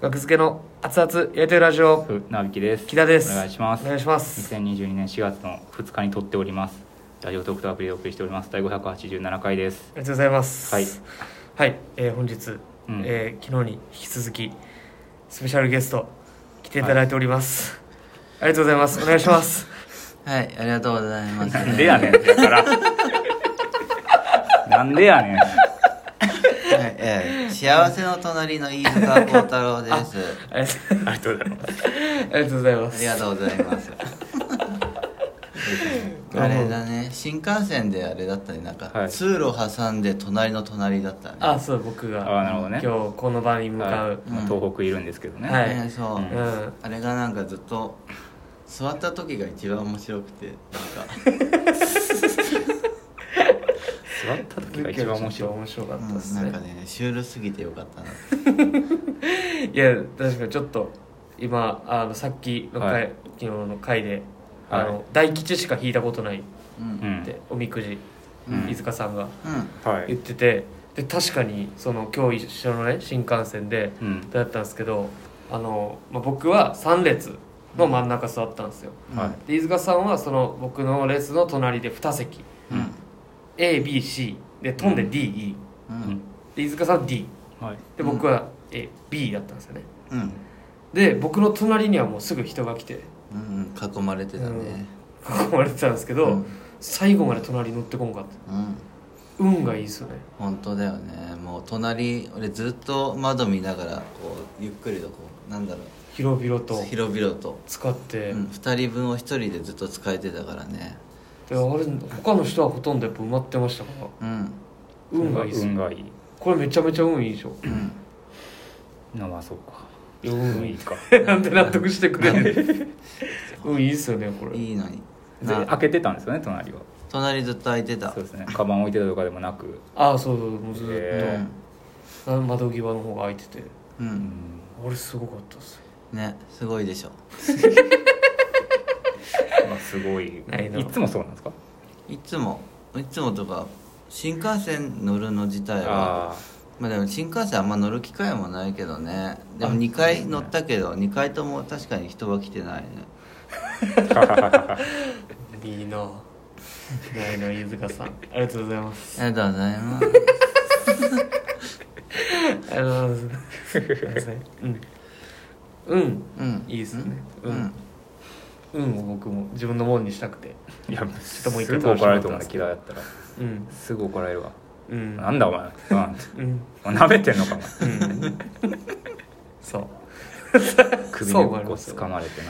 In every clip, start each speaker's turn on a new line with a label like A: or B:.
A: 学付けの熱々やりたいラジオ
B: ふなびきです
A: 木田です
B: お願いします
A: お願いします
B: 2022年4月の2日に撮っておりますラジオトークとアプリでお送りしております第587回です
A: ありがとうございます
B: はい、
A: はいえー本日、
B: うん
A: えー昨日に引き続きスペシャルゲスト来ていただいております、ありがとうございますお願いします
C: はい、ありがとうございます。
B: なんでやねんだから なんでやねん
C: はいえー幸せの隣の飯塚幸太郎です。
A: あり
B: ありがとうございます
A: がとうございま
C: あ
A: す
C: りがとうございます。あれだね、新幹線であれだったね、なんか、
B: はい
C: 通路挟んで隣の隣だったね。
A: あそう僕
B: ああ
A: が
B: なるほどね
A: 今日この場に向か
B: は
A: う
B: い、まあ東北いるんですけどね、
A: はい
C: ねそう、
A: う
B: うん
A: ん
C: あれがなんかずっと、座った時が一番面白くて、なん
B: 座っ
C: か、
B: た時が一番面
A: ちょっ
B: 白
A: と
B: い
A: 面白かったです
C: うん
A: ね,、
C: なんかね、シュールすぎてよかったな。
A: いや確かにちょっと今あのさっきの回、
B: はい
A: 昨日の回で、あ
B: はい
A: の大吉しか引いたことないっ
C: う。
B: うんん
A: て、おみくじ、
B: うん
A: 飯塚さんが
C: うん。
B: は
A: 言
B: い
A: っててで確かにその今日一緒のね新幹線で
B: うん
A: だったんですけどあの、まあ、僕は3列の真ん中座ったんですよ
B: はい
A: で飯塚さんはその僕の列の隣で2席
C: うん。
A: ABC で飛んで DE、
C: う
B: うんん。
A: で飯塚さん D
B: はい
A: で僕は、え B だったんですよね
C: うん。
A: で僕の隣にはもうすぐ人が来て
C: うん。うん。囲まれてたね。
A: 囲まれてたんですけど、
C: うん
A: 最後まで隣に乗ってこんかった
C: うん
A: 運がいいっすよね
C: 本当だよねもう隣俺ずっと窓見ながらこうゆっくりとこうなんだろ
A: 広々と
C: う広々と、
A: 使って、
C: うん、2人分を1人でずっと使えてたからね
A: であれ他の人はほとんどやっぱ埋まってましたから
C: うん
A: 運がいいっすよ
B: 運がいい
A: これめちゃめちゃ運いいでしょ
B: なまあそうか
A: いや
B: 運
A: 運
B: い
A: い
B: い
A: い
B: か
A: なんで納得してくれんねん 運いいっすよねこれ
C: いいのに
B: で
C: な
B: 開けてたんですよね隣は
C: 隣ずっと空いてた
B: そうですねカバン置いてたとかでもなく
A: ああそうそうもうずっと、
B: へ
A: な窓際の方が空いてて
B: う
C: う
B: んん
A: 俺すごかったっす
C: ねすごいでしょ
B: まあすごいい
A: ないの
B: つもそうなんですか
C: いつもいつもとか新幹線乗るの自体は
B: あ
C: まあでも新幹線あんま乗る機会もないけどねでも
B: あ
C: 2回乗ったけど2回とも確かに人は来てないね
A: いいなないな飯塚さんありがとうございます
C: ありがとうござい ます
A: ありがとうございます。うん。うん。
C: うん
A: いいですね。
C: う
A: うんん。うんを僕も自分のもんにしたくて。
B: いや
A: ともう一
B: す
A: 回
B: ぐ怒られると思うんだ嫌いだったら
A: うん。
B: すぐ怒られるわ
A: うん。
B: なんだお前うん
A: うん。
B: お前舐めてんのかお前
A: うん。 そう。
B: 首
A: そ
B: 根
A: う
B: っ
A: 思い
B: こ
A: ますよ
B: 掴まれてな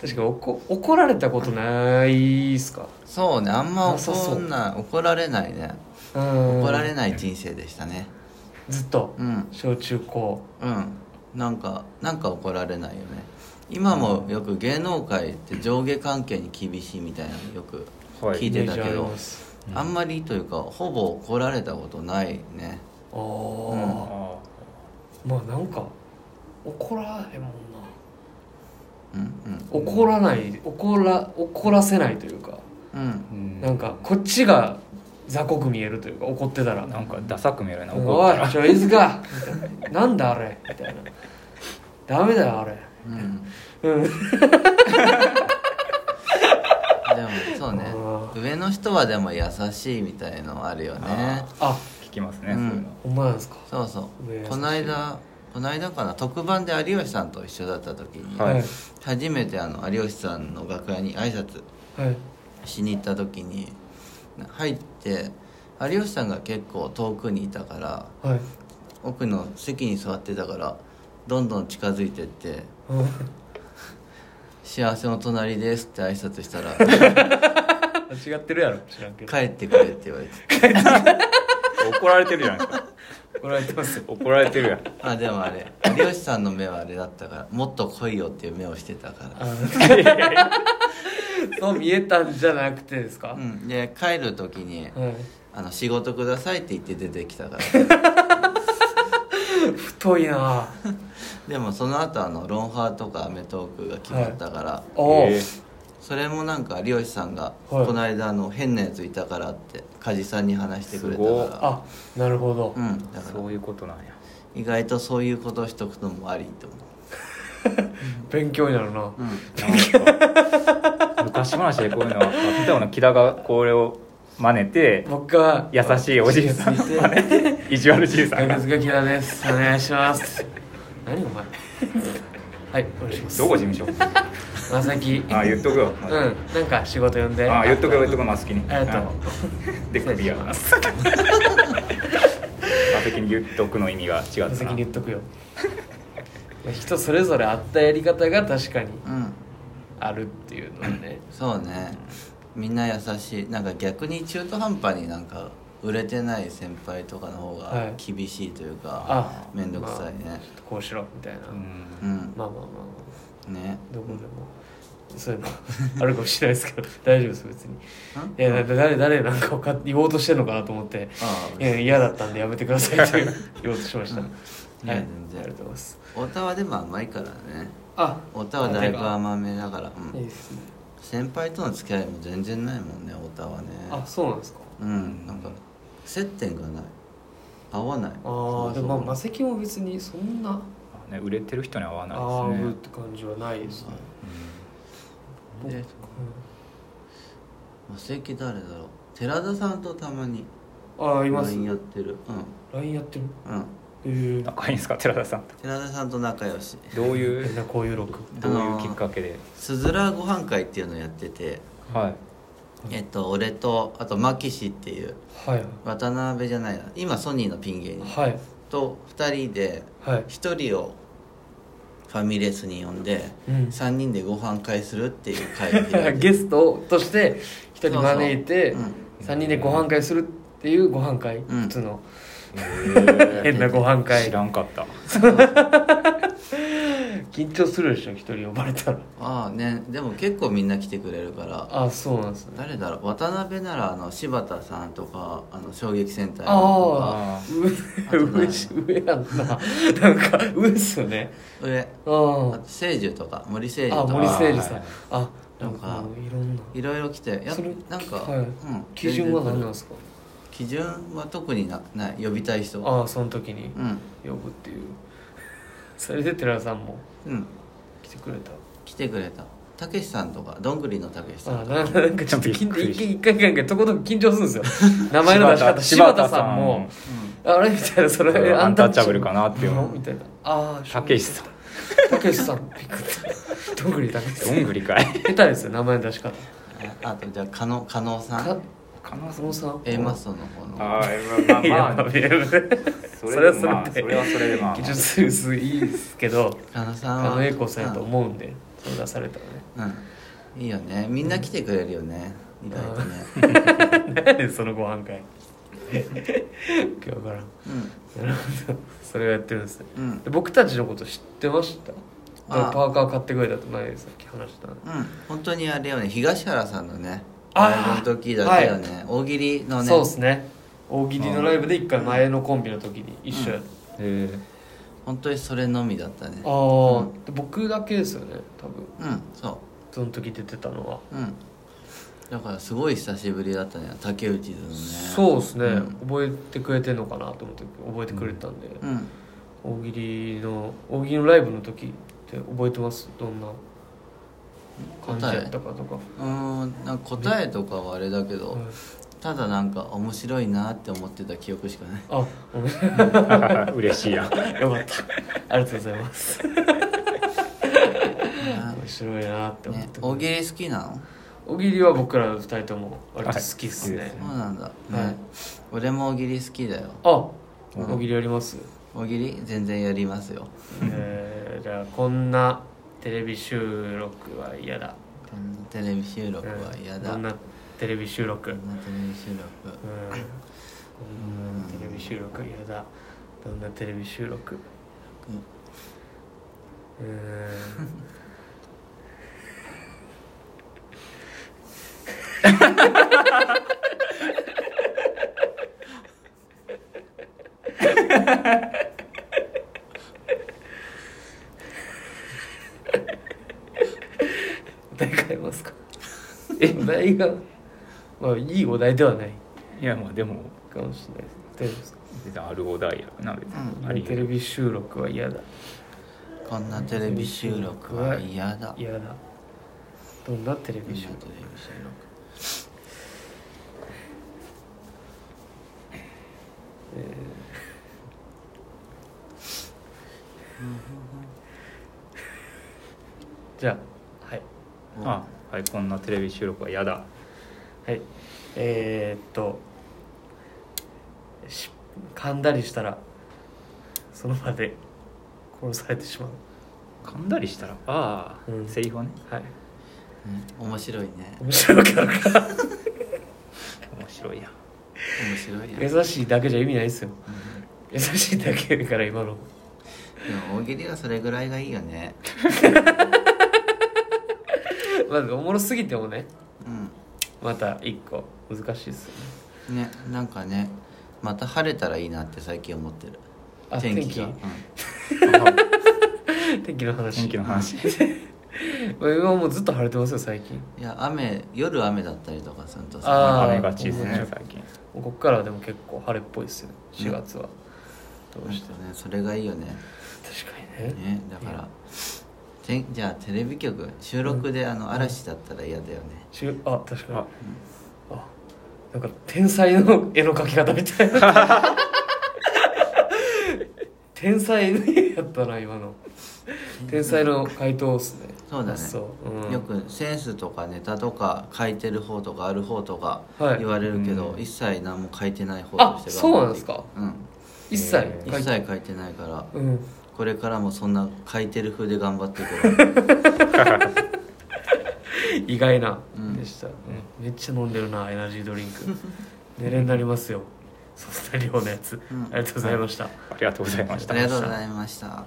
A: 確か怒怒られたことないっすか。
C: そうねあんま
A: なさそう
C: 怒んな怒られないね
A: うん。
C: 怒られない人生でしたね
A: ずっと
C: うん
A: 小中高。
C: うんなんかなんか怒られないよね今もよく芸能界って上下関係に厳しいみたいなのよく
B: はい
C: 聞いてた
A: イメージ
C: け
A: あり
C: ど、
A: ます
C: あんまりというかほぼ怒られたことないね
A: ああ、
B: あ
A: まあなんか怒らへんもんな。
C: うん
A: 怒らない怒ら怒らせないというか。
C: うんうん
B: うん
A: なんかこっちが雑魚く見えるというか怒ってたら
B: なんかダサく見えるな怒
A: お
B: っ
A: い
B: たら
A: ちょ飯塚みたいななんだあれみたいなダメだよあれ
C: う
A: う
C: ん
A: ん
C: でもそうね
A: あ
C: 上の人はでも優しいみたいのあるよね
A: あ
B: 聞きますね
C: う
B: そうんいうの
A: ほんまなんですか
C: そうそ
A: 上優し
C: う
A: い
C: この間この間かな特番で有吉さんと一緒だった時に、
B: はい
C: 初めてあの有吉さんの楽屋に挨拶
A: はい
C: しに行った時に入って有吉さんが結構遠くにいたから
A: はい
C: 奥の席に座ってたからどんどん近づいてって
A: うん
C: 「幸せの隣です」って挨拶したら
A: 違ってるやろ知らんけど
C: 帰ってくれって言われて
B: 怒られてるじゃないですか
A: 怒られてますよ
B: 怒られてるやん
C: あでもあれ有吉さんの目はあれだったからもっと来いよっていう目をしてたか、
A: そう見えたんじゃなくてですから
C: うん、で帰る時に
A: はい
C: あの「仕事ください」って言って出てきたから
A: 太いな
C: でもその後あの「ロンハー」とか『アメトーク』が決まったから、
A: おお
B: え
C: それもなんか有吉さんが、
A: はい
C: この間あの変なやついたからって梶さんに話してくれた
B: すごい
C: か
A: あなるほど
C: らうんだ
B: ー
C: か
B: そういうことなんや
C: ら意外とそういうことをしとくのもありと思
A: 勉強になるな
C: う、うん
B: なんか昔話でこういうのは見たような木田がこれを真似て
A: 僕は
B: 優しいおじいさん を真似て意地悪じいさん
A: 大
B: が
A: 月キラですお願いします何お前 はいお願いします
B: どこ事務所
A: まさき
B: ああ言っとくよ、
A: うんなんか仕事呼んで
B: ああ言っとくよ言っとくよマスキに
A: ありがとう
B: うんで クリアマスキに言っとくの意味が違
A: ま
B: った
A: さき
B: な
A: に言っとくよ人それぞれあったやり方が確かに
C: うん
A: あるっていうのはね
C: そうねみんな優しいなんか逆に中途半端になんか売れてない先輩とかの方
A: は
C: が
A: い
C: 厳しいというか
A: あ
C: 面倒、くさいね、
A: まあちょっとこうしろみたいな、
B: うん
C: うん
A: まあまあま
C: ね
A: あどこでもそういうのあるかもしれないですけど 大丈夫です別に
C: ん
A: いやだって誰誰なんかわかっ言おうとしてんのかなと思って
C: ああ
A: いや嫌だったんでやめてくださいって言おうとしました、
C: い
A: は
C: や
A: いあり
C: 全然
A: がとうございます
C: 太田はでも甘いからね
A: あ
C: 太田はだいぶ甘めだから、う
A: いい
C: ん、
A: ですね
C: 先輩との付き合いも全然ないもんね太田はね
A: あそうなんですか
C: うんなんか接点がない合わない
A: ああで
C: そうそう
A: もまあマセキも別にそんな
B: ね、売れてる人には合わ
A: ああ
B: ないです
A: ー
B: ね
A: って感じはないですね、
C: うんでマセキ誰だろう寺田さんとたまに
A: ああいます
C: LINE やってる
A: LINE やってる
C: うんうん
A: えー
B: うん、仲いいんですか寺田さんと
C: 寺田さんと仲良し
B: どうい
A: みん
B: う
A: なこういう録
B: どういうきっかけで、
C: すずらご飯会っていうのやってて
B: はい
C: えっと俺とあと牧師っていう
A: はい
C: 渡辺じゃないな今ソニーのピン芸人
A: はい
C: と2人で
A: はい
C: 1人をファミレスに呼んで
A: うん
C: 3人でご飯会するっていう会を開い て
A: ゲストとして一人招いて
C: そうそう
A: 三人でご飯会するっていうご飯会、
C: うん
A: 普通の
B: え
A: 変なご飯
B: ー
A: 会
B: 知らんかった
A: 緊張するでしょ一人呼ばれたら
C: ああねでも結構みんな来てくれるから
A: あそうなんですね
C: 誰だろう渡辺ならあの柴田さんとかあの衝撃戦隊とか
A: ああ
C: あ
A: 上
C: と誰
A: 上し 上やんななんか上っすよね
C: 上
A: あ
C: あ
A: ー
C: と聖樹とか森聖樹
A: あ
C: と
A: 森
C: か
A: 誠二さんあなん
C: な
A: か
C: んか
A: いろんない
C: ろいろ来てや
A: それ
C: なんか、
A: はい
C: うん、
A: 基準は何なん
C: 全然
A: ですか
C: 基準は特になない呼びたい人は
A: ああその時に
C: うん
A: 呼ぶっていう それで寺田さんも
C: うん
A: 来てくれた
C: 来てくれたたけしさんとかどんぐりのたけしさん
A: あななんかちょっと緊
B: びっくり
A: 一回一回一回一回とことこ緊張するんですよ名前の出し方柴田さんもあれみたいなそれ
B: アンタッチャブルかなっていう
A: のみたいなああ
B: たけしさん
A: たけしさんびっくりしたどんぐりたけしさ
B: ど
A: ん
B: んぐりかい
A: 下手ですよ名前の出し方
C: ああとじゃあ加納加納さ
A: か
C: ん
B: 可能
A: 松本さん
C: A マストの方の
B: あーまあまあまあ
A: いやまあ
B: それでまあ
A: そ
B: そ
A: れ
B: れ
A: は
B: はそれでまあ
A: 緊張するすいいですけど
C: 加納さんは
A: あの栄光さんやと思うんでそれ出されたらね
C: うん、うん、いいよねみんな来てくれるよね意外とね
A: 何やそのご飯会今日からんなるほどそれをやってるんですね
C: うんうん
A: で僕たちのこと知ってました
C: ああ
A: パーカー買ってくれたと前さっき話したの
C: うん本当にあれよね東原さんのね
A: あ
C: ライ
A: ー
C: ブの時だけよね、大喜利のね
A: そうですね大喜利のライブで一回前のコンビの時に一緒やっ
B: え
C: 本当にそれのみだったね
A: た、ああ、で僕だけですよね多分
C: うんそ
A: その時出てたのは、
C: ううんだからすごい久しぶりだったね竹内図のね
A: そうですね、
C: うん
A: 覚えてくれてんのかなと思って覚えてくれてたんで、
C: うん
A: 大喜利の大喜利のライブの時って覚えてますどんな感じやったかとか、
C: うーんなんか答えとかはあれだけど、
A: はい
C: ただなんか面白いなって思ってた記憶しかない
A: あごめん
B: ー、 嬉しいや
A: よかった。ありがとうございます。 面白いなって思っ
C: ね
A: て。
C: 大喜利好きなの
A: 大喜利は僕ら二人とも割と好きっすね。
B: はい
C: そうなんだ、ね
A: はい
C: 俺も大喜利好きだよ
A: あ、大喜利やります。
C: 大喜利全然やりますよ
A: えーじゃあこんなテレビ収録は嫌だ。
C: こんなテレビ収録は嫌だ、
A: こんなテレビ収録。うん。
C: こ
A: こ
C: んなテレビ収
A: んなテレビ収録
C: 録
A: は嫌だ。どんなテレビ収録。うーん。お題変えますかえお題がまあいいお題ではない
B: いやまあでも
A: かもしれないです大丈夫ですか
B: 全然アルゴダイヤな別に、あり
A: テレビ収録は嫌だ
C: こんなテレビ収録は嫌だ
A: 嫌だどんなテレ
C: こん
A: ビ
C: な
A: 収録
C: テレビ収録
A: じゃあはい
B: あはいこんなテレビ収録は嫌だ
A: はいえー、っとし噛んだりしたらその場で殺されてしまう
B: 噛んだりしたらああ、
A: うん
B: セリフをね
A: はい
C: うん面白いね
A: 面白くなるか
B: 面白いやん
C: 面白いね
A: 優しいだけじゃ意味ないですよ優しいだけだから今の
C: でも大喜利はそれぐらいがいいよね
A: まあおもろすぎてもね
C: う
A: また一個難しいですよね
C: んねなんかねまた晴れたらいいなって最近思ってる
A: あ
C: 天気
A: 天気 天気の話
B: 天気の話
A: まあ今もうずっと晴れてますよ最近
C: いや雨夜雨だったりとかすると
A: あ
C: さ
A: ー
B: 雨がちです
A: 面白
B: ね
A: い
B: 最近
A: もうこっからはでも結構晴れっぽいですよ4月は、ど
C: な
A: うんして
C: かねそれがいいよね
A: 確かにね
C: ねだからてんじゃあテレビ局収録であの嵐だったら嫌だよね
A: しゅあ確かに
B: あ
A: あなんか天才の絵の描き方みたいな 天才やったな今の天才の回答っすね
C: そうだね
A: そう、うん、
C: よくセンスとかネタとか書いてる方とかある方とか
A: はい
C: 言われるけど、
B: うん
C: 一切何も書いてない方
A: あ
C: として
A: そうなんです
C: か
A: か
C: うん
A: 一切
B: えー
A: 書
C: 一
A: いて
C: 切書いてないから
A: うん
C: これからもそんな書いてる風で頑張ってい こう
A: 意外な
C: うん
A: でした、めっちゃ飲んでるなエナジードリンク 寝れになりますよそんな量のやつ、
C: うん
A: ありがとうございました、
B: ありがとうございまし
C: あ
B: た
C: りがとうございました